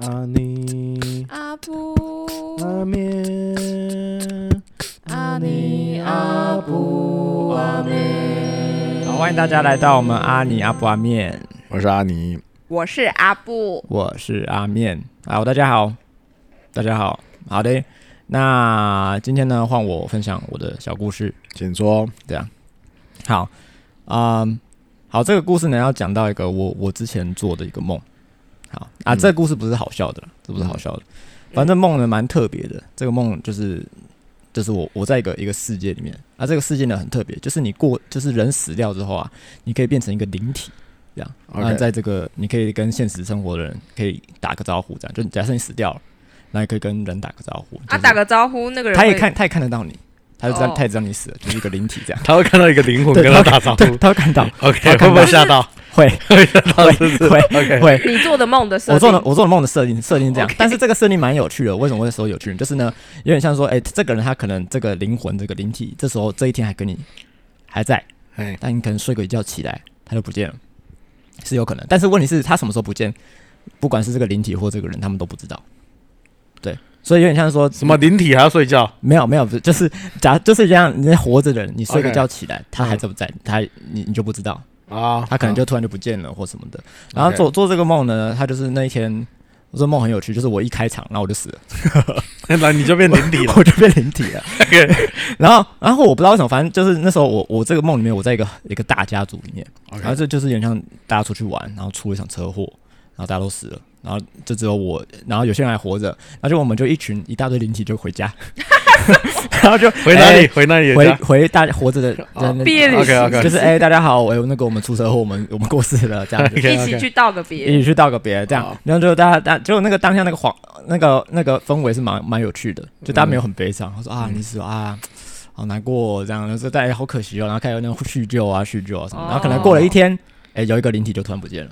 阿尼阿布阿面，阿尼阿布阿妹，好，欢迎大家来到我们阿尼阿布阿面，我是阿尼，我是阿布，我是阿面。好，大家好，大家好，好的。那今天呢，换我分享我的小故事。请说。好，啊、好，这个故事呢要讲到一个我我之前做的一个梦。好啊，嗯这个故事不是好笑的啦，这不是好笑的，反正梦呢蛮特别的。这个梦就是就是我我在一个一个世界里面啊，这个世界呢很特别，就是你过就是人死掉之后啊，你可以变成一个灵体。这样， OK 那啊在这个你可以跟现实生活的人可以打个招呼，这样就假设你死掉了，那你可以跟人打个招呼。啊，就是打个招呼，那个人他也会看他也看得到你，他就知道、哦他也知道你死了，就是一个灵体这 。样他会看到一个灵魂对跟他打招呼对， 他会看到， ，OK，会不会吓到？ 会会吓到是不是会？OK，会，你做的梦 的设定，我做了我做了梦的设定设定这样 OK，但是这个设定蛮有趣的。为什么会说有趣呢？就是呢，有点像说，哎、这个人他可能这个灵魂这个灵体，这时候这一天还跟你还在，哎，但你可能睡个一觉起来他就不见了，是有可能。但是问题是，他什么时候不见，不管是这个灵体或这个人，他们都不知道。对，所以有点像说什么灵体还要睡觉？没有没有，不是就是假就是这样，你活着的人，你睡个 OK 觉起来他还在不在，他你你就不知道。啊，他可能就突然就不见了或什么的。然后做做这个梦呢，他就是那一天，我这梦很有趣，就是我一开场，然后我就死了， 那 你就变灵体 了。我就变灵体 了。然后然后我不知道为什么，反正就是那时候我我这个梦里面，我在一个一个大家族里面，然后 OK，这啊就是有点像大家出去玩，然后出了一场车祸，然后大家都死了。然后就只有我，然后有些人还活着，然后就我们就一群一大堆灵体就回家，然后就回哪里？哎回哦哪里？啊回回大活着的人，毕业旅行 OK，OK 就是哎、大家好，我、有那个我们出车祸，我们我们过世了这样 子，一起去道个别，一起去道个别，这样好，然后就大家大，就那个当下那个黄那个那个氛围是蛮蛮有趣的，就大家没有很悲伤，他说啊，嗯你死了啊，好难过哦这样，然后说大家好可惜哦，然后开始有那种叙旧啊叙旧啊什哦么，然后可能过了一天，哎，有一个灵体就突然不见了，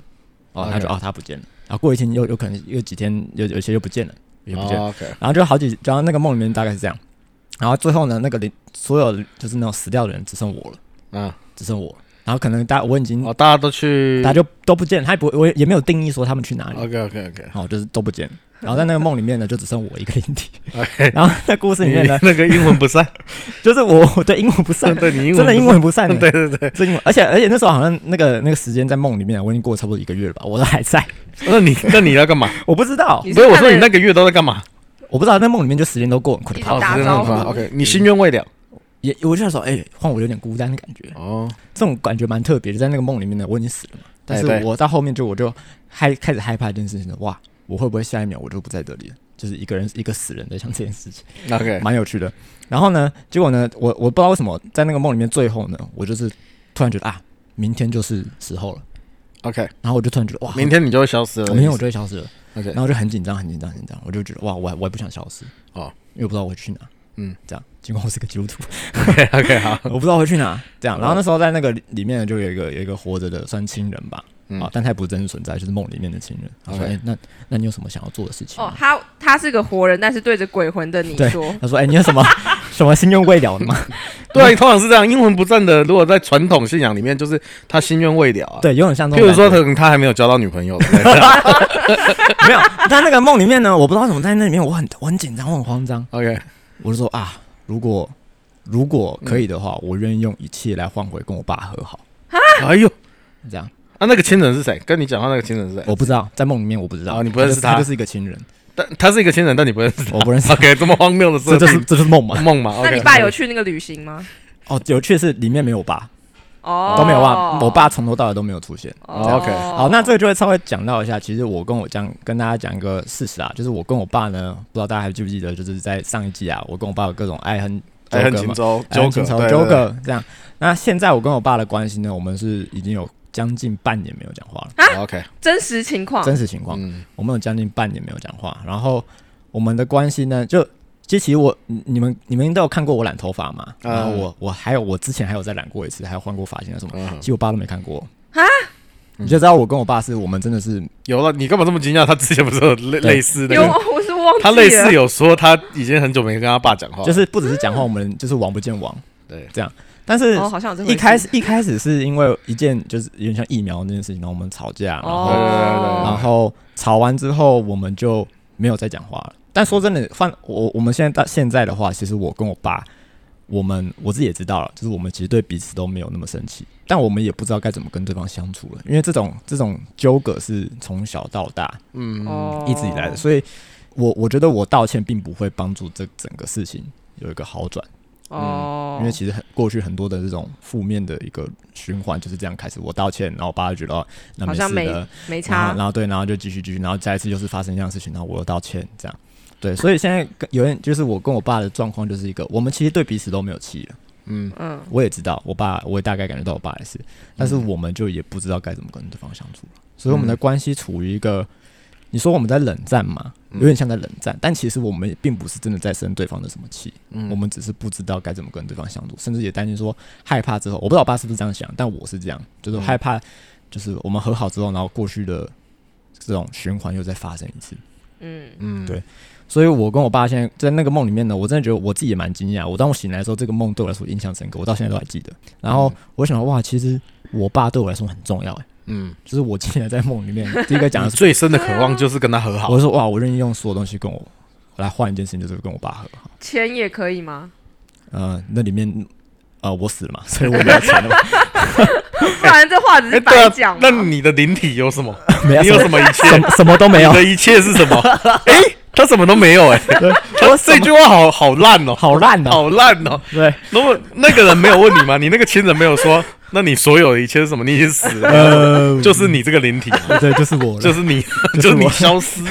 哦，他就 OK 哦他不见了，然后过一天又有可能又几天有有些又不见了，也不见了，哦 OK，然后就好几，然后那个梦里面大概是这样，然后最后呢，那个灵所有就是那种死掉的人只剩我了，嗯，只剩我了，然后可能大我已经哦，大家都去大家就都不见了，他也不我也也没有定义说他们去哪里。 ，OK，OK，OK，然后就是都不见。然后在那个梦里面呢，就只剩我一个灵体。 OK，然后在故事里面呢，那个英文不善，就是我我对英文不善，对你英 文真的英文不善、不欸，善，对对对，真英文。而且而且那时候好像那个那个时间在梦里面，啊我已经过了差不多一个月了吧，我都还在，那你那你要干嘛？我不知道，你不是我说看你了那个月都在干嘛？哦我不知道在梦里面就时间都过很快一的直跑。打招呼 OK，你心愿未了。也我就想说，哎、换我有点孤单的感觉，哦，这种感觉蛮特别的。在那个梦里面呢，我已经死了嘛，但哎是对我到后面就我就害开始害怕一件事情了，哇，我会不会下一秒我就不在这里了？就是一个人一个死人在想这件事情。 OK，蛮有趣的。然后呢，结果呢，我我不知道为什么在那个梦里面最后呢，我就是突然觉得啊，明天就是时候了。 OK，然后我就突然觉得哇，明天你就会消失了。明天我就会消失了， OK，然后就很紧张，很紧张，很紧张。我就觉得哇，我还我也不想消失哦，因为我不知道我会去哪。嗯，这样，尽管我是个基督 徒， OK，好，我不知道会去哪。这样，哦然后那时候在那个里里面就有一个有一个活着的算亲人吧，嗯哦啊，但他也不是真实存在，就是梦里面的亲人。他说：“哎、 OK 那那你有什么想要做的事情吗？”哦，他他是个活人，但是对着鬼魂的你对说，他说：“哎、你有什么 什么心愿未了的 吗？”对啊，通常是这样。阴魂不散的，如果在传统信仰里面，就是他心愿未了啊。，对，有点像这譬种如感觉。说，可能他还没有交到女朋友。对 没有，在那个梦里面呢，我不知道为什么在那里面我很我很紧张，我很慌张， OK，我就说啊，如果如果可以的话，嗯我愿意用一切来换回跟我爸和好。哎呦，这样啊，那个亲人是谁？跟你讲话那个亲人是谁？我不知道，在梦里面我不知道，呃哦你不认识他就，他哦就是一个亲人，但他是一个亲人，但你不认识。我不认识， OK，这么荒谬的这事，就是这就是梦嘛。梦嘛。那 OK 你爸有去那个旅行吗？哦，有趣的是里面没有我爸，哦，都没有我爸，我爸从头到尾都没有出现。哦 OK 好，那这个就会稍微讲到一下，其实我跟我讲跟大家讲一个事实啊，就是我跟我爸呢，不知道大家还记不记得，就是在上一季啊，我跟我爸有各种爱恨爱恨纠葛嘛情仇，纠葛纠葛，仇对纠。葛这样。那现在我跟我爸的关系呢，我们是已经有将近半年没有讲话了，对对 OK，真实情况，真实情况，嗯，我们有将近半年没有讲话。然后我们的关系呢，就其实其实我你你们你们都有看过我染头发嘛？嗯然后我我还有我之前还有再染过一次，还有换过发型啊什么，嗯其实我爸都没看过啊。你就知道我跟我爸是我们真的是有了，你干嘛这么惊讶？他之前不是有类 对类似的有，？ 我是忘记了，他类似有说他已经很久没跟他爸讲话，就是不只是讲话，我们就是王不见王。对，但是哦，好像有这回事一开始一开始是因为一件就是有点像疫苗那件事情，然后我们吵架，然后、哦然后吵完之后我们就没有再讲话了。但说真的，换我我们现在到现在的话，其实我跟我爸，我们我自己也知道了，就是我们其实对彼此都没有那么生气，但我们也不知道该怎么跟对方相处了，因为这种这种纠葛是从小到大嗯，哦一直以来的，所以我我觉得我道歉并不会帮助这整个事情有一个好转。哦，嗯因为其实很过去很多的这种负面的一个循环就是这样开始。我道歉，然后我爸就觉得哦那好没像事没的，没然差后然后对，然后就继续继续，然后下一次又是发生一样的事情，然后我又道歉，这样对。所以现在跟有点就是我跟我爸的状况就是一个，我们其实对彼此都没有气了。嗯，嗯，我也知道，我爸我也大概感觉到我爸也是，但是我们就也不知道该怎么跟对方相处了，所以我们的关系处于一个，你说我们在冷战嘛，嗯有点像在冷战，但其实我们也并不是真的在生对方的什么气，嗯我们只是不知道该怎么跟对方相处，甚至也担心说害怕之后，我不知道我爸是不是这样想，但我是这样，就是嗯害怕，就是我们和好之后，然后过去的这种循环又再发生一次，嗯嗯，对所以我跟我爸现在在那个梦里面呢，我真的觉得我自己也蛮惊讶。我当我醒来的时候，这个梦对我来说印象深刻，我到现在都还记得。然后我想，哇，其实我爸对我来说很重要，哎，嗯，就是我竟然在梦里面第一个讲你 的是，最深的渴望就是跟他和好我，说哇，我愿意用所有东西跟我我来换一件事情，就是跟我爸和好。钱也可以吗？呃，那里面呃我死了嘛，所以我没有钱了嘛， 不然这话只是哎白对讲啊嘛。那你的灵体有什么？没有你有什么一 切？什么什么都没有你，的一切是什么？哎，他什么都没有哎， 我他什么这句话好好烂哦，好烂哦，好烂哦。对，如果那个人没有问你吗？你那个亲人没有说，那你所有的一切是什么？你已经死了，呃， 就是你这个灵体，对，就是我就了，是你， 就就是是你我 消失，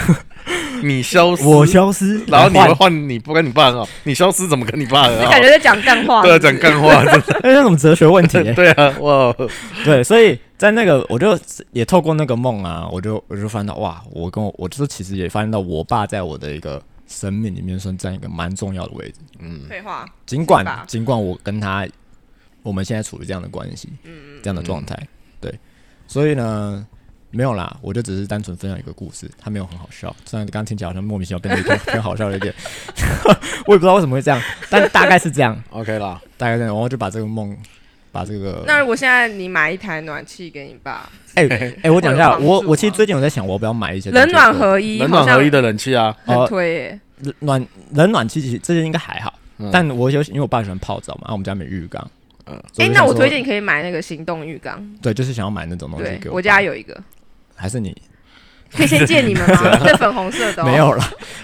你消失，我消失，然后你换会换你不跟你爸很好，你消失怎么跟你爸很是好感？觉在讲干话。对啊，是不讲是 干话，真哎，那种哲学问 题，哎的对啊，哇，对，所以在那个，我就也透过那个梦啊，我就我就发现到，哇，我跟我我就是其实也发现到，我爸在我的一个生命里面算占一个蛮重要的位置。嗯废话。尽管是吧尽管我跟他，我们现在处于这样的关系，嗯这样的状态，对，所以呢，没有啦，我就只是单纯分享一个故事，它没有很好笑，虽然刚刚听起来好像莫名其妙变得一个偏好笑了一点， 我也不知道为什么会这样，但大概是这样， ，OK 啦，大概是这样，然后就把这个梦，把这个那如果现在你买一台暖气给你爸，哎、哎、我讲一下，会有帮我助我其实吗最近我在想，我要不要买一些冷暖和合一，冷暖合一的冷气啊，好像哦很推耶。暖冷暖气，其实这些应该还好。嗯但我有因为我爸喜欢泡澡嘛，啊，我们家没浴缸。嗯所哎以，就那想我说推荐，你可以买那个行动浴缸，对，就是想要买那种东西对给我我家爸有一个，还是你可以先借你们吗？这粉红色的哦没，有了，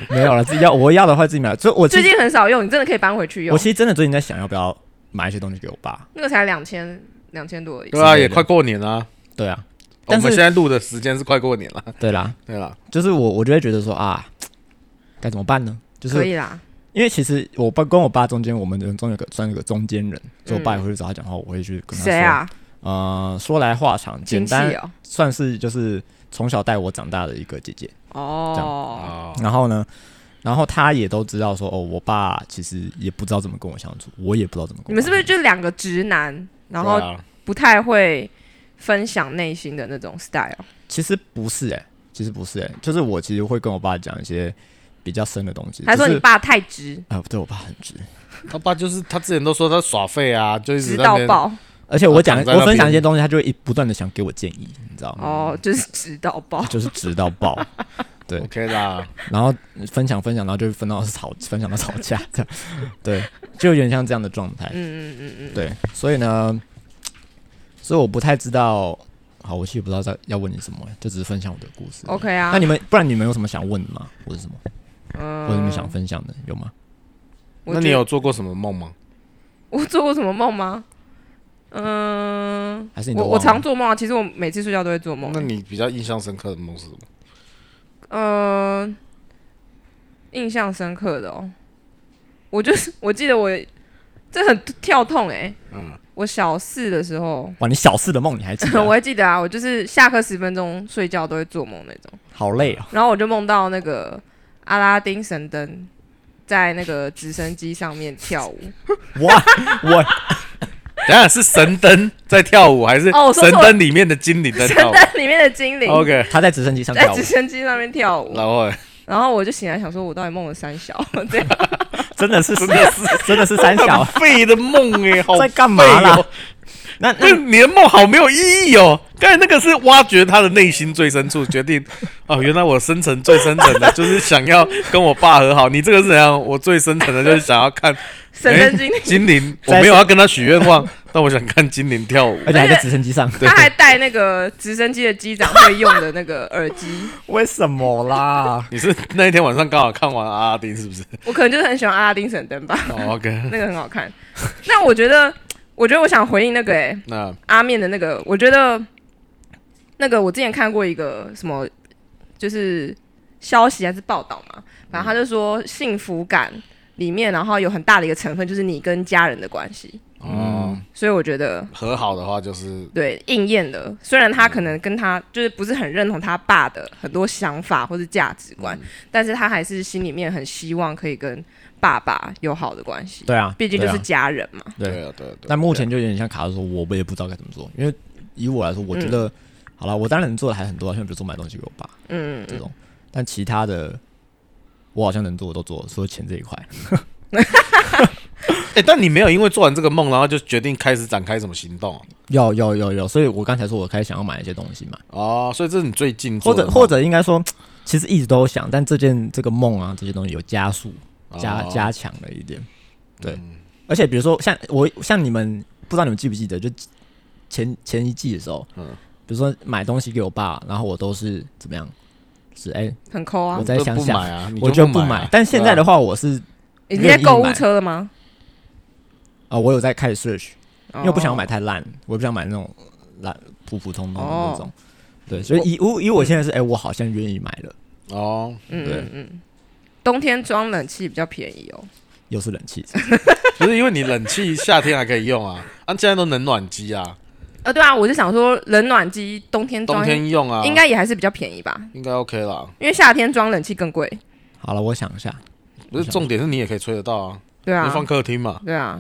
没有了，自己要我要的话自己买。所以我其最实近很少用，你真的可以搬回去我用其。实真的最近在想要不要买一些东西给我爸。那个才两千两千多而已。对啊，之类的也快过年啦，对啊，我但们是现在录的时间是快过年了， 对啦，对啦，就是我我就会觉得说啊，该怎么办呢？就是可以啦，因为其实我爸跟我爸中间，我们中有个算有个中间人，所以我爸也会去找他讲话，我会去跟他说。嗯谁啊？呃，说来话长，简亲戚单哦。算是就是从小带我长大的一个姐姐。哦，哦，然后呢，然后她也都知道说，哦，我爸其实也不知道怎么跟我相处，我也不知道怎么你跟我们相处。是不是就两个直男，然对后啊不太会分享内心的那种 style？其实不是哎、其实不是哎、就是我其实会跟我爸讲一些比较深的东西。还说只你是爸太直，啊、对我爸很直，他爸就是他之前都说他耍废啊，就一直直在那到边爆而且我讲躺在那我边分享一些东西，他就会一不断的想给我建议，你嗯知道吗？哦，就是直到 爆。就是直到爆，对，OK 啦，然后分享分享，然后就分到吵，分享到吵架，这样，对，就有点像这样的状态。嗯嗯嗯嗯，对，所以呢，所以我不太知道，好，我其实不知道在要问你什么，欸就只是分享我的故事。 OK 啊。那你们不然你们有什么想问的吗？或者什么，或者你嗯们想分享的有吗？我那你觉得有做过什么梦吗？我做过什么梦吗？嗯，还是你都我忘我了常做梦啊，其实我每次睡觉都会做梦那。你比较印象深刻的梦是什么？嗯，印象深刻的哦，我就是 我记得我这很跳痛哎、嗯我小四的时 候，哇，你小四的梦你还记得？ 我还记得啊，我就是下课十分钟睡觉都会做梦那种，好累哦。然后我就梦到那个阿拉丁神灯在那个直升机上面跳舞，哇，我等一下是神灯在跳舞，还是哦我说神错了灯里面的精灵在神 跳舞灯里面的精灵？OK，他在直升机上在跳舞直，升机上面跳舞，然后欸然后我就醒来想说，我到底梦了三小 这样。真的是真的是真的是三小，废的梦哎，好在干嘛啦废哦？那 那那你的梦好没有意义哦！刚才那个是挖掘他的内心最深处，决定 哦，原来我深层最深层的 就是想要跟我爸和好。你这个是怎样？我最深层的就是想要看神哎灯经理，精灵，我在没有要跟他许愿望， 但我想看精灵跳舞。而且还在直升机上，他还带那个直升机的机长会用的那个耳机，为什么啦？你是那一天晚上刚好看完阿拉丁是 不是、我可能就是很喜欢阿拉丁神灯 吧，哦、？OK，那个很好看。那我觉得，我觉得我想回应那个、哎，那阿面的那个，我觉得那个我之前看过一个什么，就是消息还是报道嘛，反正他就说幸福感里面，然后有很大的一个成分就是你跟家人的关系，哦、嗯所以我觉得和好的话就是对应验了。虽然他可能跟他就是不是很认同他爸的很多想法或是价值观，嗯但是他还是心里面很希望可以跟爸爸有好的关系，对啊，毕竟就对啊是家人嘛。对啊对啊对啊但目前就有点像卡住说，我我也不知道该怎么做，因为以我来说，我觉得、好了，我当然做的还很多啊，像比如说买东西给我爸嗯，这种，但其他的我好像能做的都做了，除了钱这一块，哎、但你没有因为做完这个梦，然后就决定开始展开什么行动要要要要，所以我刚才说我开始想要买一些东西嘛，哦，所以这是你最近或做的者梦或者应该说，其实一直都有想，但这件这个梦啊这些东西有加速加、哦嗯加强了一点，对，而且比如说像我像你们不知道你们记不记得，就前前一季的时候，嗯比如说买东西给我爸，然后我都是怎么样？是哎、很抠啊我，再想你就不想买啊，你我就就不买买啊。。但现在的话，我是已经在购物车了吗？啊、我有在开始 search，因为我不想要哦买太烂，我也不想买那种烂普普通通的那种。哦对，所以以我以我现在是哎、我好像愿意买了，哦，嗯对嗯嗯，冬天装冷气比较便宜哦。又是冷气，不是因为你冷气夏天还可以用啊， 啊，现在都冷暖机啊，呃，对啊，我就想说冷暖机冬天冬装天用啊，嗯应该也还是比较便宜吧，应该 OK 啦。因为夏天装冷气更贵。好了，我想一下，不是重点是你也可以吹得到啊，对你啊，放客厅嘛，对啊，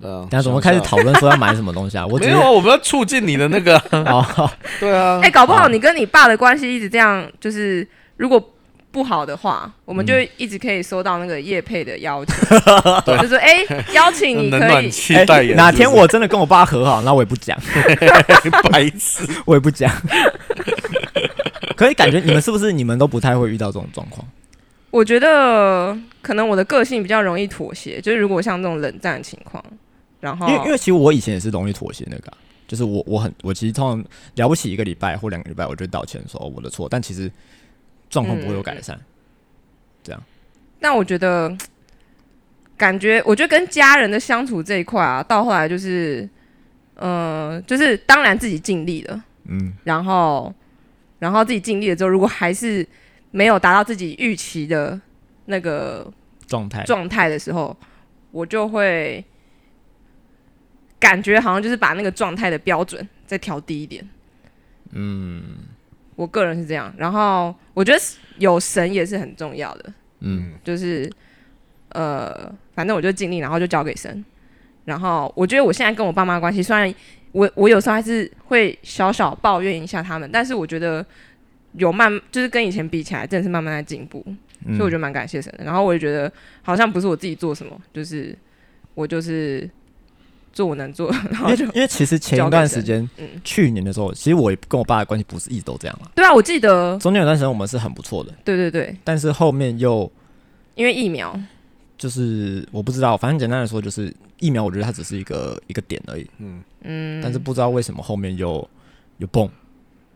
对啊。等下怎么开始想一下？讨论说要买什么东西啊？我只没是有啊，我们要促进你的那个， 哦，对啊哎、，搞不好你跟你爸的关系一直这样，就是如果。不好的话，我们就嗯一直可以收到那个叶配的邀请， 对就说哎、邀请你冷可以暖，气代言。哎哪天是不是我真的跟我爸和好，那我也不讲， 白痴？我也不讲。 可以感觉你们是不是你们都不太会遇到这种状况？我觉得可能我的个性比较容易妥协，就是如果像这种冷战情况，然后哦因为因为其实我以前也是容易妥协那个啊、就是我我很我其实通常了不起一个礼拜或两个礼拜，我就会道歉说、哦我的错，但其实状况不会有嗯改善。但我觉得，感觉我觉得跟家人的相处这一块啊，到后来就是，呃，就是当然自己尽力了，嗯，然后，然后自己尽力了之后，如果还是没有达到自己预期的那个状态状态的时候，我就会感觉好像就是把那个状态的标准再调低一点。嗯，嗯我个人是这样。然后我觉得有神也是很重要的。嗯，就是呃，反正我就尽力，然后就交给神。然后我觉得我现在跟我爸妈的关系，虽然我我有时候还是会小小抱怨一下他们，但是我觉得有慢，就是跟以前比起来，真的是慢慢在进步。嗯所以我觉得蛮感谢神的。然后我也觉得好像不是我自己做什么，就是我就是做我能做， 然因后为就因为其实前一段时间，嗯，去年的时候，其实我也跟我爸的关系不是一直都这样了。对啊，我记得，中间有段时间我们是很不错的，对对对，但是后面又因为疫苗，就是我不知道，反正简单来说就是疫苗，我觉得它只是一个一个点而已，嗯，嗯，但是不知道为什么后面又又蹦，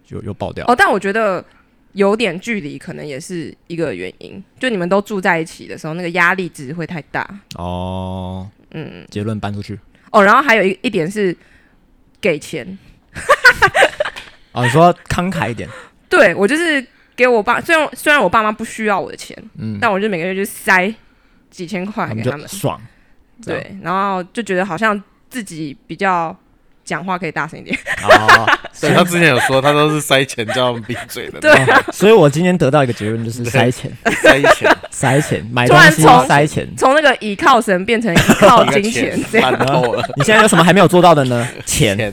又又爆掉。哦，但我觉得有点距离可能也是一个原因，就你们都住在一起的时候，那个压力值会太大。哦，嗯，结论搬出去哦，然后还有一一点是给钱，啊，你说慷慨一 点，对我就是给我爸，虽然虽然我爸妈不需要我的钱，嗯，但我就每个月就塞几千块他给们他们就，爽，这样对，然后就觉得好像自己比较讲话可以大声一点， 啊。哦对他之前有说，他都是塞钱叫他们闭嘴的，对，哦所以我今天得到一个结论， 就是塞钱，塞钱，塞钱，买突东然西从塞钱。从那个倚靠神变成倚靠金 钱这样。烂透了，你现在有什么还没有做到的 呢？钱钱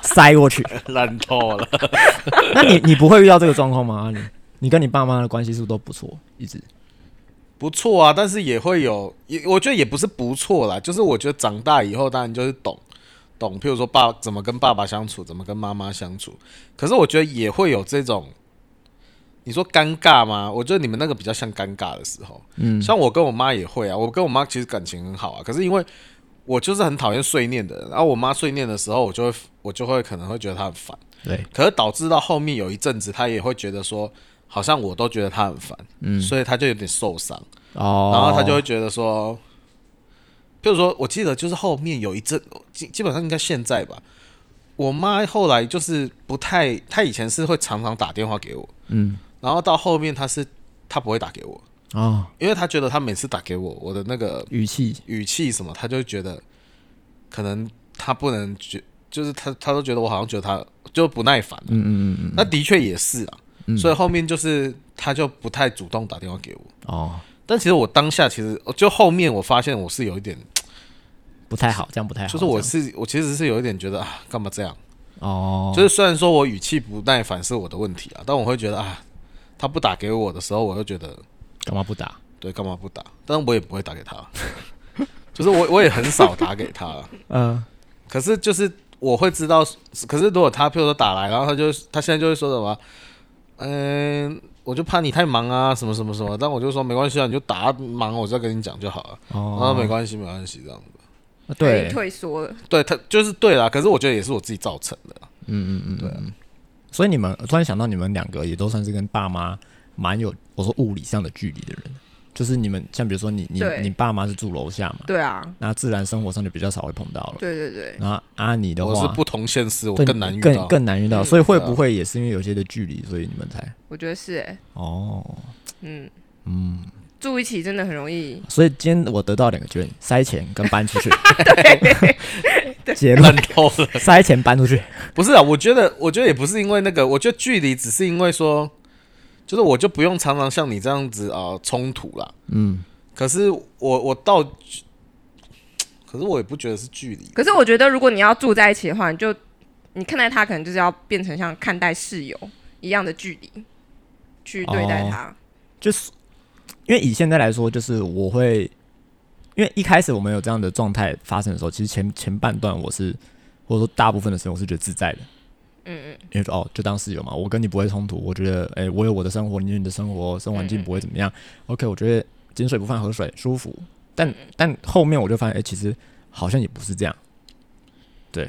塞过去。烂透了。啊那你你不会遇到这个状况吗？阿里，你跟你爸妈的关系是不是都不错？一直不错啊，但是也会有，也我觉得也不是不错啦，就是我觉得长大以后，当然就是懂懂，譬如说爸怎么跟爸爸相处，怎么跟妈妈相处。可是我觉得也会有这种，你说尴尬吗？我觉得你们那个比较像尴尬的时候，嗯，像我跟我妈也会啊，我跟我妈其实感情很好啊，可是因为我就是很讨厌碎念的人，然后我妈碎念的时候，我就会我就会可能会觉得她很烦，对，可是导致到后面有一阵子，她也会觉得说，好像我都觉得她很烦，嗯，所以她就有点受伤，哦，然后她就会觉得说，譬如说我记得就是后面有一阵，基基本上应该现在吧。我妈后来就是不太，她以前是会常常打电话给我，嗯，然后到后面她是她不会打给我，哦，因为她觉得她每次打给我，我的那个语气，语气什么，他就觉得可能他不能觉，就是他他都觉得我好像觉得他就不耐烦。嗯嗯嗯那的确也是啊，嗯，所以以后面就是他就不太主动打电话给我。哦，但其实我当下其实就后面我发现我是有一点，不太好，这样不哎太好，就是我这样是我其实是有一点觉得啊，干嘛这样？哦，就是虽然说我语气不耐烦是我的问题啊，但我会觉得啊，他不打给我的时候，我又觉得干嘛不打？对，干嘛不打？但我也不会打 给他，就是我我也很少打给他了。嗯，可是就是我会知道，可是如果他譬如说打来，然后他就他现在就会说什么，嗯、我就怕你太忙啊，什么什么什么，但我就说没关系啊，你就打忙，我再跟你讲就好了。然后哦，没关系，没关系这样子。太对，退缩了。对他就是对啦，可是我觉得也是我自己造成的啦。嗯嗯嗯，对啊嗯。所以你们我突然想到，你们两个也都算是跟爸妈蛮有，我说物理上的距离的人，就是你们像比如说你你对你爸妈是住楼下嘛，对啊，那自然生活上就比较少会碰到了。对对对，然后阿你的我是话，不同现实，我对更难遇更到。啊更难遇到，嗯所以会对啊不会也是因为有些的距离，所以你们才我觉得是哎、哦，嗯，嗯，住一起真的很容易。所以今天我得到两个结论：塞钱跟搬 出去。 结 论烂：透了，塞钱搬出去。不是啊？我觉得，我觉得也不是因为那个，我觉得距离只是因为说，就是我就不用常常像你这样子啊冲、突啦。嗯，可是我我到，可是我也不觉得是距离，可是我觉得，如果你要住在一起的话，你就你看待他，可能就是要变成像看待室友一样的距离去对待他。就是因为以现在来说，就是我会，因为一开始我们有这样的状态发生的时候，其实前前半段我是，或者说大部分的时间我是觉得自在的。嗯嗯，因为说哦，就当室友嘛，我跟你不会冲突，我觉得，哎、我有我的生活，你有你的生活，生活环境不会怎么样。OK，我觉得井水不犯河水，舒服。但但后面我就发现，哎、其实好像也不是这样。对，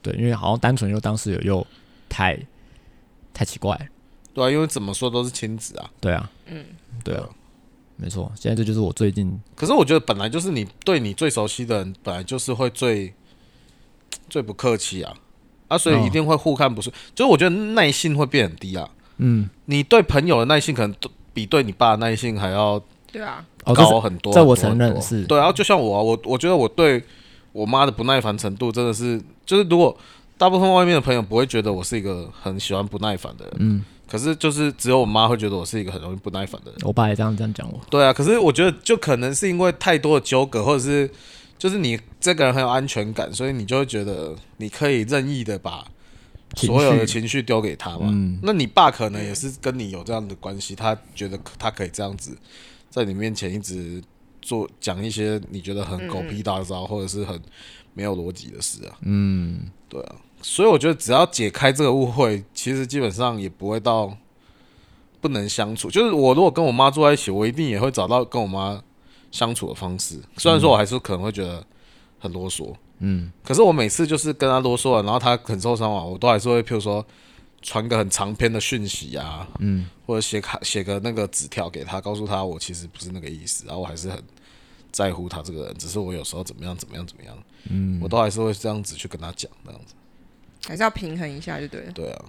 对，因为好像单纯又当室友又太太奇怪了。对啊，因为怎么说都是亲子啊。对啊，嗯，对啊，没错。现在这就是我最近可是我觉得本来就是你对你最熟悉的人，本来就是会最最不客气啊，啊，所以一定会互看不顺。就是我觉得耐性会变很低啊，嗯，你对朋友的耐性可能都比对你爸的耐性还要对啊，哦，这高是很多。这我很多承认很多是对啊，就像我、啊，我我觉得我对我妈的不耐烦程度真的是，就是如果大部分外面的朋友不会觉得我是一个很喜欢不耐烦的人，嗯，可是就是只有我妈会觉得我是一个很容易不耐烦的人。我爸也这样这样讲我。对啊，可是我觉得就可能是因为太多的纠葛，或者是就是你这个人很有安全感，所以你就会觉得你可以任意的把情所有的绪情绪丢给他嘛。嗯那你爸可能也是跟你有这样的关系，他觉得他可以这样子在你面前一直做讲一些你觉得很狗屁大招、或者是很没有逻辑的事啊。嗯，对啊，所以我觉得只要解开这个误会，其实基本上也不会到不能相处。就是我如果跟我妈住在一起，我一定也会找到跟我妈相处的方式。虽然说我还是可能会觉得很啰嗦，嗯，可是我每次就是跟她啰嗦了，然后她很受伤嘛，我都还是会，譬如说传个很长篇的讯息啊，嗯，或者写卡写个那个纸条给她，告诉她我其实不是那个意思，然后我还是很在乎她这个人，只是我有时候怎么样怎么样怎么样，嗯，我都还是会这样子去跟她讲这样子。还是要平衡一下就对了，对啊，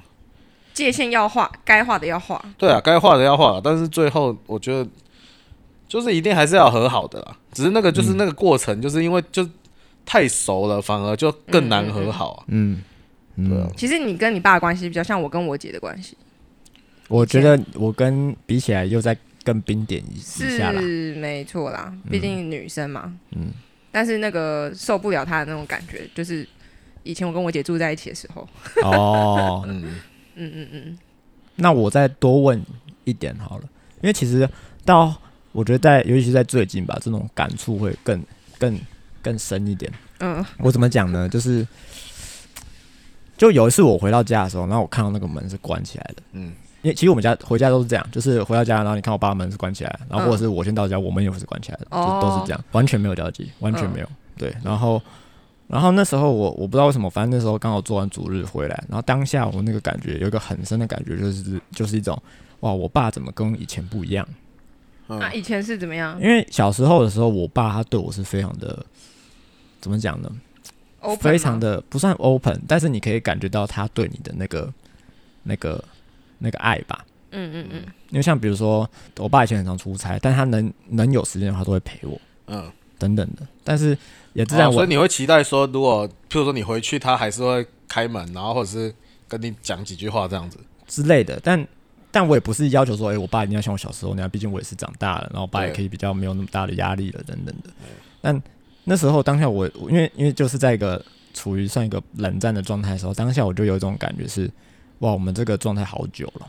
界限要画，该画的要画。对啊，该画的要画了，但是最后我觉得就是一定还是要和好的啦。只是那个就是那个过程，就是因为就太熟了，反而就更难和好啊。嗯，嗯对啊，其实你跟你爸的关系比较像我跟我姐的关系，我觉得我跟比起来又在更冰点一一下啦。嗯是没错啦，毕竟女生嘛。嗯。但是那个受不了她的那种感觉，就是以前我跟我姐住在一起的时候，哦， 嗯，嗯嗯嗯，那我再多问一点好了，因为其实到我觉得在尤其是在最近吧，这种感触会更更更深一点。嗯我怎么讲呢？就是就有一次我回到家的时候，然后我看到那个门是关起来的。嗯，因为其实我们家回家都是这样，就是回到家，然后你看我爸门是关起来，然后嗯或者是我先到家，我们也是关起来的，哦就都是这样，完全没有交集，完全嗯没有。对，然后然后那时候我我不知道为什么，反正那时候刚好做完主日回来，然后当下我那个感觉有一个很深的感觉，就是就是一种哇，我爸怎么跟以前不一样？嗯啊，以前是怎么样因为小时候的时候，我爸他对我是非常的怎么讲呢？ ？open 非常吗的不算 open，但是你可以感觉到他对你的那个、那个、那个爱吧。嗯嗯嗯，因为像比如说，我爸以前很常出差，但他能能有时间的话，都会陪我嗯，等等的。但是也自然哦我、所以你会期待说，如果譬如说你回去，他还是会开门，然后或者是跟你讲几句话这样子。之类的，但但我也不是要求说，哎、我爸一定要像我小时候那样，毕竟我也是长大了，然后我爸也对可以比较没有那么大的压力了，等等的。但那时候当下我，我因为因为就是在一个处于算一个冷战的状态的时候，当下我就有一种感觉是，哇，我们这个状态好久了，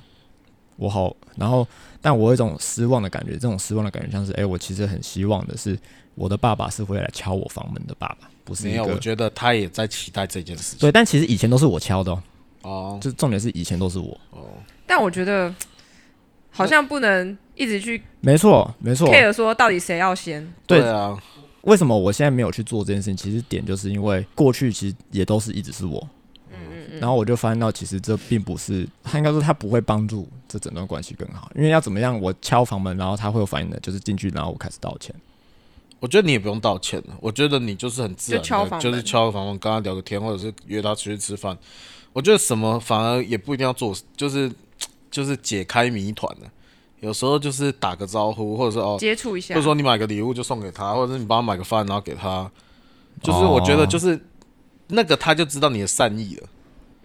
我好，然后但我有一种失望的感觉，这种失望的感觉像是，哎、我其实很希望的是，我的爸爸是会来敲我房门的爸爸，不是没一有，我个。觉得他也在期待这件事情。对，但其实以前都是我敲的、哦，哦就重点是以前都是我。哦，但我觉得好像不能一直去没错，没错。 care 说到底谁要先。对对啊，为什么我现在没有去做这件事情？其实点就是因为过去其实也都是一直是我，嗯嗯然后我就发现到其实这并不是，他应该说他不会帮助这整段关系更好，因为要怎么样，我敲房门，然后他会有反应的，就是进去，然后我开始道歉。我觉得你也不用道歉了，我觉得你就是很自然的，就敲房门就是敲房门，跟他聊个天，或者是约他出去吃饭。我觉得什么反而也不一定要做，就是就是解开谜团呢。有时候就是打个招呼，或者是哦嗯，，接触一下或者，说你买个礼物就送给他，或者是你帮他买个饭然后给他，就是我觉得就是那个他就知道你的善意了。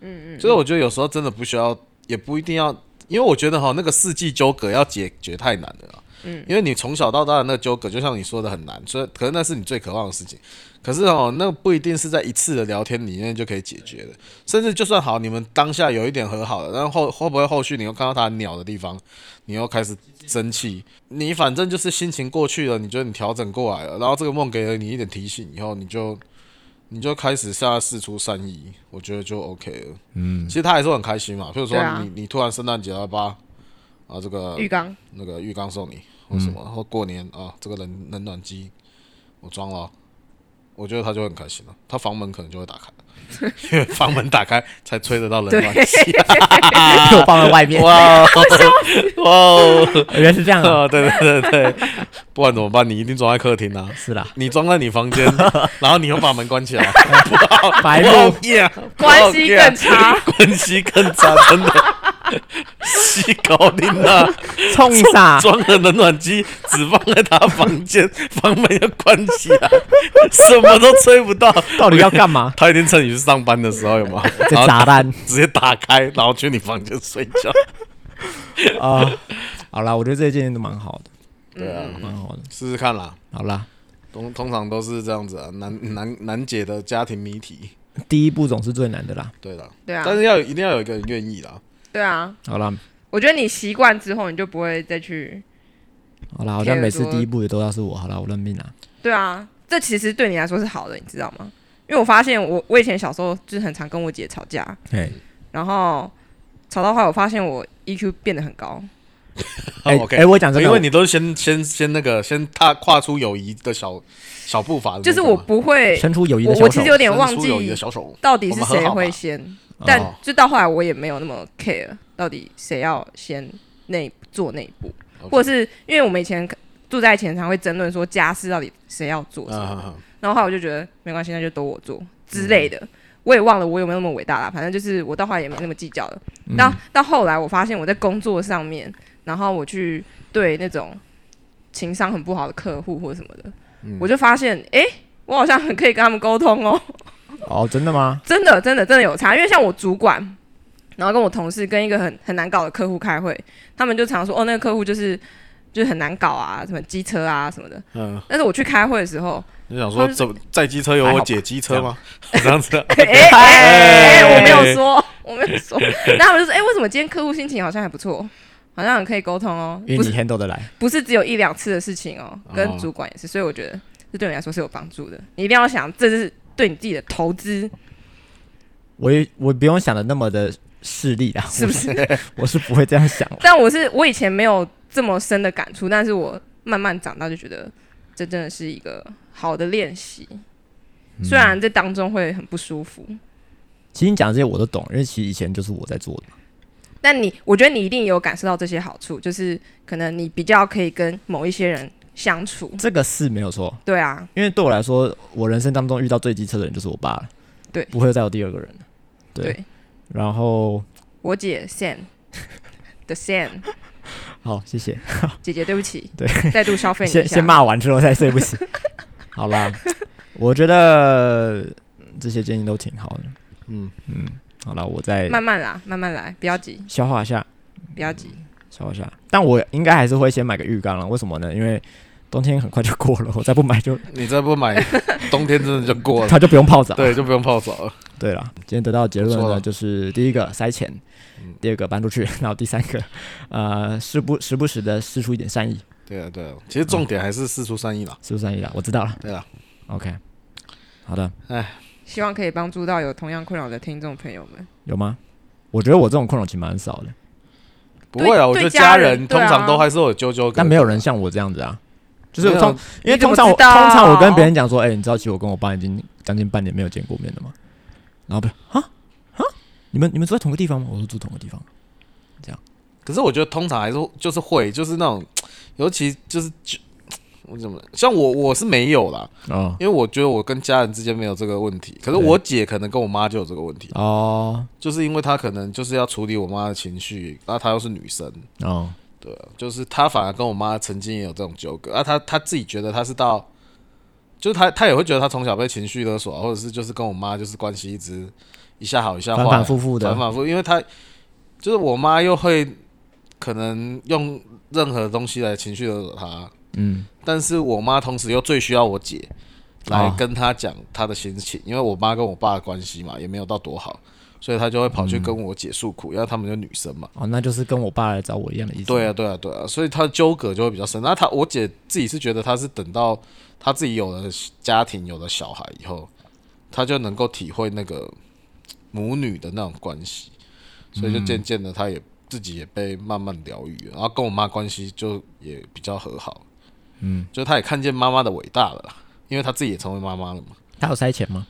嗯嗯，就是我觉得有时候真的不需要，也不一定要，因为我觉得哈那个世纪纠葛要解决太难了啦。嗯，因为你从小到大的那个纠葛，就像你说的很难，所以可能那是你最渴望的事情。可是哦，那不一定是在一次的聊天里面就可以解决的，甚至就算好，你们当下有一点和好了，但后会不会后续你又看到他鸟的地方，你又开始生气，你反正就是心情过去了，你觉得你调整过来了，然后这个梦给了你一点提醒以后，你就你就开始下试出善意，我觉得就 OK 了。嗯，其实他还是很开心嘛。譬如对说你、啊你突然圣诞节了吧，啊这个浴缸那个浴缸送你或什么，嗯或过年啊这个冷冷暖机我装了哦，我觉得他就会很开心了，他房门可能就会打开。因为房门打开才吹得到 冷暖气，给我放在外面，哇哦哇哦！原来是这样啊，啊，对对对对，不然怎么办？你一定装在客厅啊，是啦，你装在你 房间，然后你又把门关起来，白哦目， yeah，关系更差。关系更差，真的。 西高林啊，冲一 下， 装了冷暖机，只放在他房间， 房门要关起来， 什么都吹不到。到底要干 嘛？他一定趁你去上班的时候，有 吗？这然后砸蛋直接打开，然后去你房间睡 觉。哦啊！好啦，我觉得这件都蛮好的，对啊，蛮好的。试试看啦。好啦，通通常都是这样子啊，难难难解的家庭谜题。第一步总是最难的啦。对啦，对啊，但是要有一定要有一个人愿意啦。对啊，好啦，我觉得你习惯之后，你就不会再去。好啦，好像每次贴耳朵第一步也都要是我。好啦，我认命啦。对啊，这其实对你来说是好的，你知道吗？因为我发现我我以前小时候就是很常跟我姐吵架，哎，然后吵到后来，我发现我 EQ 变得很高。哎、 OK，哎我讲真的，因为你都是先先先那个先踏跨出友谊的小小步伐的那就是个我嘛，不会，伸出友谊的我小手，我其实有点伸忘出友谊记的小手，到底是我们谁和好吧会先，哦但就到后来我也没有那么 care 到底谁要先那做那一步， OK 或者是因为我们以前住在一起，常会争论说家事到底谁要做什么，嗯，然后后来我就觉得没关系，那就都我做之类的。我也忘了我有没有那么伟大啦，反正就是我到后来也没那么计较了。到、到后来，我发现我在工作上面，然后我去对那种情商很不好的客户或什么的，我就发现，诶，我好像很可以跟他们沟通哦，哦，真的吗？真的真的真的有差。因为像我主管，然后跟我同事跟一个很很难搞的客户开会，他们就常说，哦，那个客户就是就是很难搞啊，什么机车啊什么的。嗯，但是我去开会的时候，你想他说是怎么载机车有我姐机车吗？这样子啊，哎哎哎，我没有说，我没有说。然后我就说，哎、为什么今天客户心情好像还不错？好像很可以沟通哦，因不为你是 handle 得来。不是只有一两次的事情哦，哦跟主管也是，所以我觉得这对你来说是有帮助的。你一定要想，这是对你自己的投资，我也我不用想的那么的势利啦，是不是？ 我是不会这样想。但我是我以前没有这么深的感触，但是我慢慢长大就觉得这真的是一个好的练习，嗯虽然这当中会很不舒服，其实你讲这些我都懂，因为其实以前就是我在做的。但你我觉得你一定有感受到这些好处，就是可能你比较可以跟某一些人相处，这个是没有错，对啊，因为对我来说，我人生当中遇到最机车的人就是我爸了，对不会再有第二个人了。对，对然后我姐 Sam 的 Sam 好，谢谢，姐姐，对不起，对，再度消费你一下先先骂完之后再睡不 醒。好啦，我觉得嗯这些建议都挺好的。 嗯，嗯，好啦，我再慢慢啦，慢慢来，不要急，消化一下，不要急。消化一下。但我应该还是会先买个浴缸了，为什么呢？因为冬天很快就过了，我再不买就你再不买，冬天真的就过了，它就不用泡澡。 对，就不用泡澡了。对了，今天得到的结论不错呢，了就是第一个塞钱嗯，第二个搬出去， 然后第三个，呃，时不时不时的施出一点善意，对啊，对啊，其实重点还是事出善意啦。施出善意啦，我知道了。对啊， OK，好的，希望可以帮助到有同样困扰的听众朋友们。有吗？我觉得我这种困扰其实蛮少的，不会啊，对我觉对得家家人人通常都还是会有纠纠葛，但没有人像我这样子啊。就是没有通，因为你怎通么常我知通道啊常我跟别人讲说，哎、你知道其实我跟我爸已经将近半年没有见过面了吗？然后不是啊啊，你们你们住在同个地方吗？我说住同个地方。可是我觉得通常还是就是会，就是那种，尤其就是就我怎么像我我是没有啦，哦因为我觉得我跟家人之间没有这个问题。可是我姐可能跟我妈就有这个问题，哦就是因为她可能就是要处理我妈的情绪，那她又是女生，哦，对啊，就是她反而跟我妈曾经也有这种纠葛啊，她她自己觉得她是到。就是她她也会觉得她从小被情绪勒索啊，或者是就是跟我妈就是关系一直一下好一下坏反啊，反复复的反，反复，因为他就是我妈又会可能用任何东西来情绪勒索他，嗯，但是我妈同时又最需要我姐来哦跟她讲她的心情，因为我妈跟我爸的关系嘛也没有到多好，所以她就会跑去嗯跟我姐诉苦，因为她们就女生嘛。哦，那就是跟我爸来找我一样的意思。对啊，，对啊，对啊，所以她纠葛就会比较深。那她我姐自己是觉得她是等到她自己有了家庭、有了小孩以后，她就能够体会那个母女的那种关系，嗯所以就渐渐的她也自己也被慢慢疗愈了，然后跟我妈关系就也比较和好。嗯，就她也看见妈妈的伟大了啦，因为她自己也成为妈妈了嘛。他有塞钱吗？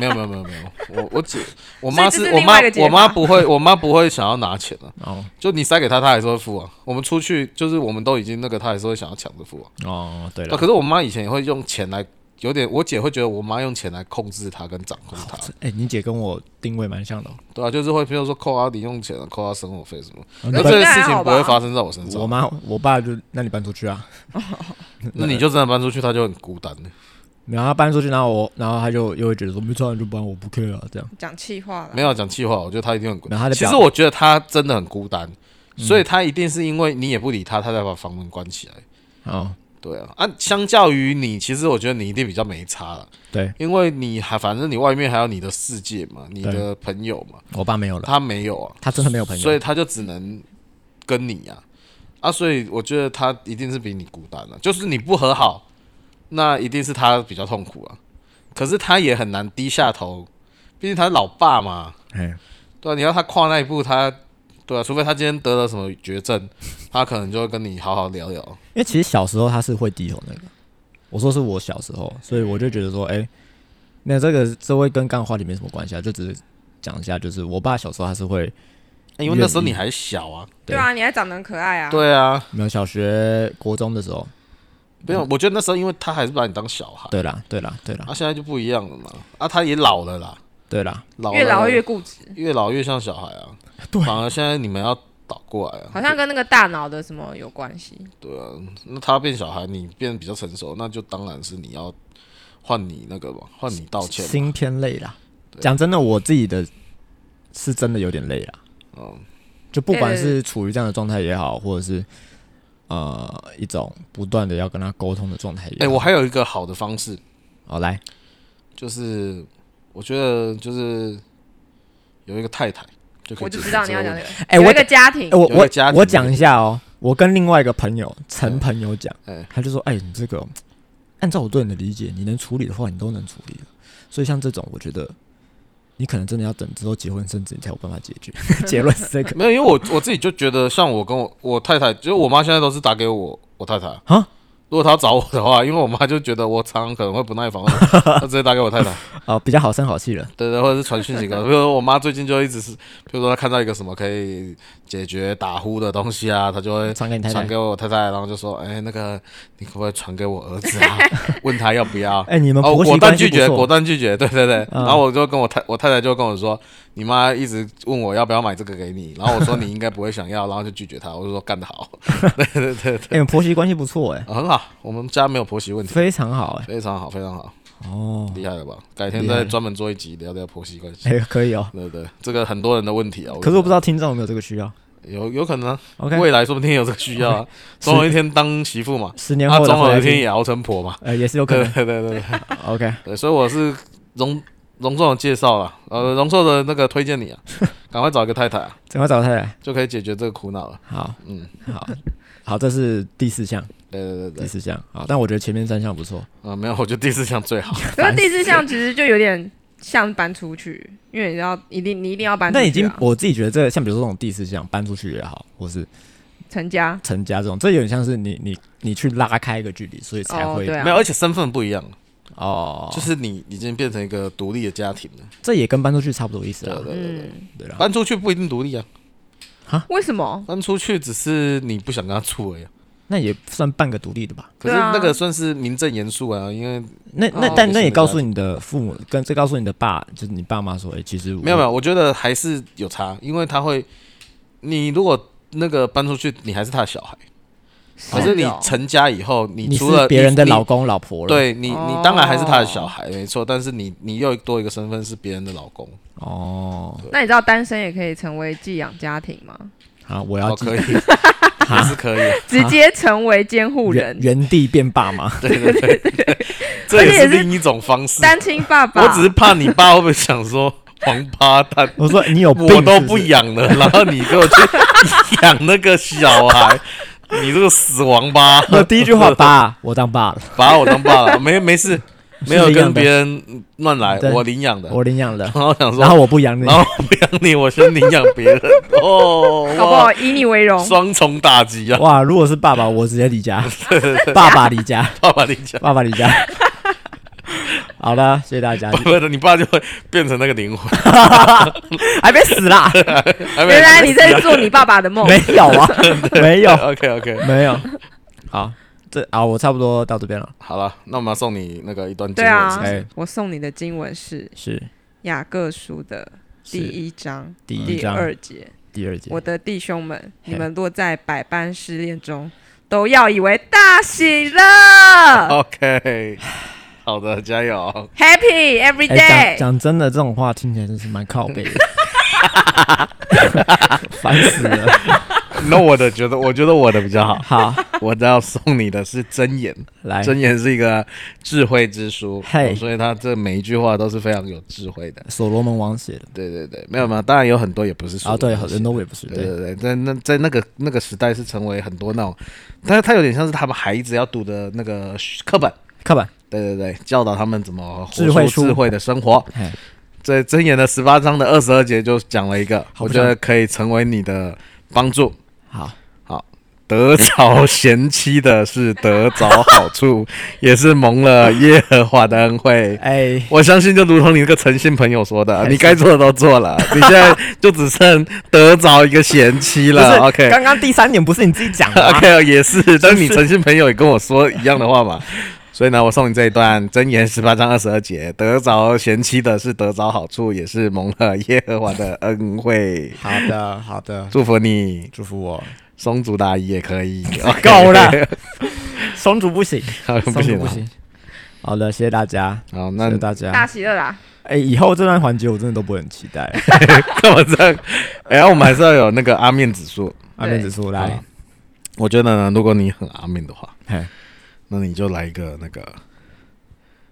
没有没有没有没有，我我姐我所以妈这是是我另妈外一个解我妈法不会我妈不会想要拿钱啊，哦就你塞给他，他还是会付啊。我们出去就是我们都已经那个，他还是会想要抢着付啊。哦，对啊了，可是我妈以前也会用钱来，有点我姐会觉得我妈用钱来控制他跟掌控他，哎、你姐跟我定位蛮像的哦、对啊，就是会比如说扣阿迪用钱，啊扣他生活费什么，嗯那不这是些事情不会发生在我身我上。妈我爸就那你搬出去啊，那你就真的搬出去，他就很孤单的。然后他搬出去，然后我然后他就又会觉得说没穿就搬，我不 care 啊这样。讲气话了，没有讲气话，我觉得他一定很孤然后他的其表嗯实我觉得他真的很孤单，所以他一定是因为你也不理他，他才把房门关起来。哦，对啊，啊，相较于你，其实我觉得你一定比较没差了。对因为你还反正你外面还有你的世界嘛，你的朋友嘛，我爸没有了，他没有啊，他真的没有朋友，所以他就只能跟你啊，啊，所以我觉得他一定是比你孤单了、就是你不和好，那一定是他比较痛苦啊，可是他也很难低下头，毕竟他是老爸嘛，哎，对啊，你要他跨那一步，他对啊，除非他今天得了什么绝症，他可能就会跟你好好聊聊，因为其实小时候他是会低头那个，我说是我小时候，所以我就觉得说，哎、那这个这会跟刚刚话题没什么关系啊，就只是讲一下，就是我爸小时候他是会因为那时候你还小啊，对啊，你还长得很可爱啊，对啊，没有小学国中的时候，没嗯有，我觉得那时候因为他还是把你当小孩。对啦对啦对啦啊，现在就不一样了嘛。啊，他也老了啦，对啦，啊老了越老越固执，越老越像小孩啊。对反而现在你们要倒过来啊。好像跟那个大脑的什么有关系。对啊，那他变小孩，你变比较成熟，那就当然是你要换你那个嘛，换你道歉嘛。心偏累啦。讲真的，我自己的是真的有点累啦。嗯，就不管呃是处于这样的状态也好，或者是呃一种不断的要跟他沟通的状态也好。哎、我还有一个好的方式，哦来就是我觉得就是有一个太太，就可以我就解决知道你这个要讲问这题。个，哎有我一个家庭哎、，我有一个家我庭我讲一下哦，我跟另外一个朋友陈朋友讲，哎他就说：“哎、你这个按照我对你的理解，你能处理的话，你都能处理了。所以像这种，我觉得你可能真的要等之后结婚生子，你才有办法解决。 结论是这 个没有，因为我我自己就觉得，像我跟我我太太，就是我妈现在都是打给我我太太啊。如果她找我的话，因为我妈就觉得我常常可能会不耐烦，她直接打给我太太，哦，比较好声好气了。对对，或者是传讯息给我。比如说我妈最近就一直是，比如说她看到一个什么可以解决打呼的东西啊，她就会传给你太传太给。我太太，然后就说：“哎、那个你可不可以传给我儿子啊？问他要不要？”哎、你们哦，婆媳果断关系拒不绝，错果断拒绝，对对对。嗯然后我就跟我太我太太就跟我说，你妈一直问我要不要买这个给你，然后我说你应该不会想要，然后就拒绝她。我就说干得好，哎你们婆媳关系不错哎、啊很好，我们家没有婆媳 问题，非常好哎、非常好，非常好，哦，厉害了吧？改天厉害再专门做一集聊聊婆媳关系，哎、可以哦。对对，这个很多人的问题啊。可是我不知道，道听众有没有这个需要。有有可能啊 OK，未来说不定有这个需要 啊，总有一天当媳妇嘛，十年啊，后的总回有来一天听，也熬成婆嘛，呃，也是有可对能。对对对。 OK，对，所以我是隆隆重的介绍了，呃，隆重的那个推荐你啊， 赶快找一个太太啊，怎么找太太？就可以解决这个苦恼了。好嗯，好好，这是第四项，对对对对第，四项。好，但我觉得前面三项不错。啊、没有，我觉得第四项最好。可是第四项其实就有点像搬出去，因为你要一定你一定要搬出去、啊，那已经我自己觉得这个像比如说这种第四项搬出去也好，或是成家成家这种，这有点像是你你你去拉开一个距离，所以才哦，会对啊，没有，而且身份不一样，哦，就就是是你已经变成一个独立的家庭了。这也跟搬出去差不多意思对啦对，对对嗯，对啦。搬出去不一定独立啊，为什么？搬出去只是你不想跟他住而已啊。那也算半个独立的吧？可是对啊那个算是民政严肃啊，因为那那哦但那也也是告诉你的父母，跟这告诉你的爸，就是你爸妈说，哎，其实我没有没有，我觉得还是有差，因为他会，你如果那个搬出去，你还是他的小孩，可是你哦成家以后，你是除了别人的你老公老婆了，对你，哦你当然还是他的小孩，没错。但是你，你又多一个身份是别人的老公，哦，那你知道单身也可以成为寄养家庭吗？好，我要哦，记可以， 也是可以，直接成为监护原人，原地变爸妈， 对对对对，这而且也是也是另一种方式。单亲爸爸。我只是怕你爸会不会想说，王八蛋，我说你有病，我都不是是养了，然后你给我去养那个小孩， 你这个死王八，我 第一句 话爸，我当爸了，把我当爸了，没没事，没有是领养跟的别人乱来，对我领养的。我领养了，然后想然后说，我不养你然，后不养你，我先领养别人哦，好不哇好？以你为荣，双重打击 啊！哇，如果是爸爸，我直接离家，爸爸离家， 爸爸你讲，爸爸离家。 好了，谢谢大家 爸，爸的你爸就会变成那个灵魂。 还没死啦，还没原来你在做你爸爸的梦。没有 啊，没有， OK OK，没有。好，这啊，我差不多到这边了。好了，那我们要送你那个一段经对文啊是不是哎，我送你的经文是是雅各书的第是一章第一第章二节。第二节，我的弟兄们，嘿你们落在百般试炼中，都要以为大喜哦乐 OK，好的，加油。 ，Happy every 哎，讲 day。讲真的，这种话听起来真是蛮靠背的， 烦死了。 那我的觉得，我觉得我的比较好。好， 我的要送你的是箴言，来，箴言是一个智慧之书，嘿所以他这每一句话都是非常有智慧的。所罗门王写的对对对，没有没有，当然有很多也不是说啊，对，很很多我也不是，哦对对，对对，在那在那个那个时代是成为很多那种，但是它有点像是他们孩子要读的那个课本，看吧，对对对，教导他们怎么活智慧出书智慧的生活。嘿在箴言的十八章的二十二节就讲了一个，好我不觉讲得可以成为你的帮助。好，得着贤妻的是得着好处， 也是蒙了耶和华的恩惠。哎，我相信，就如同你那个诚信朋友说的，是你该做的都做了，你现在就只剩得着一个贤妻不了是。 OK，刚刚第三点不是你自己 讲 的吗 OK，也是，但是你诚信朋友也跟我说一样的话嘛。 所以呢，我送你这一段箴言十八章二十二节：得着贤妻的是得着好处，也是蒙了耶和华的恩 惠。好的，好的，祝福你，祝福我。松竹大衣也 可以。够了松竹 不行， 啊好松不行竹不了。行。好的，谢谢大家，好，谢那谢你大大家。喜乐啦！哎，以后这段环节我真的都不会很期 待。干嘛这样？哎、我们还是要有 那个阿面啊指数。阿面指出来好，我觉得呢，如果你很阿面的话，嘿那你就来一个那个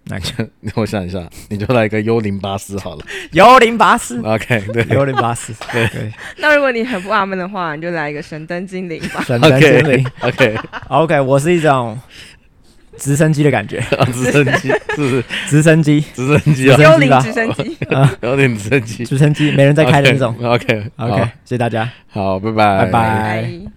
哪 个？ 我想一下，你就来个幽灵巴斯 好了。幽灵巴斯， OK，对，幽灵巴斯， 对那如果你很不阿门的话，你就来一个神灯精灵吧。神灯精 OK 灵。 OK， OK，我是一种直升机的感觉， 啊直升机是不是直升机，直升机啊直？幽升机灵吧直升机，有点直升机直升机没人在开的那种。 OK， OK，谢谢大家，好，拜拜拜拜。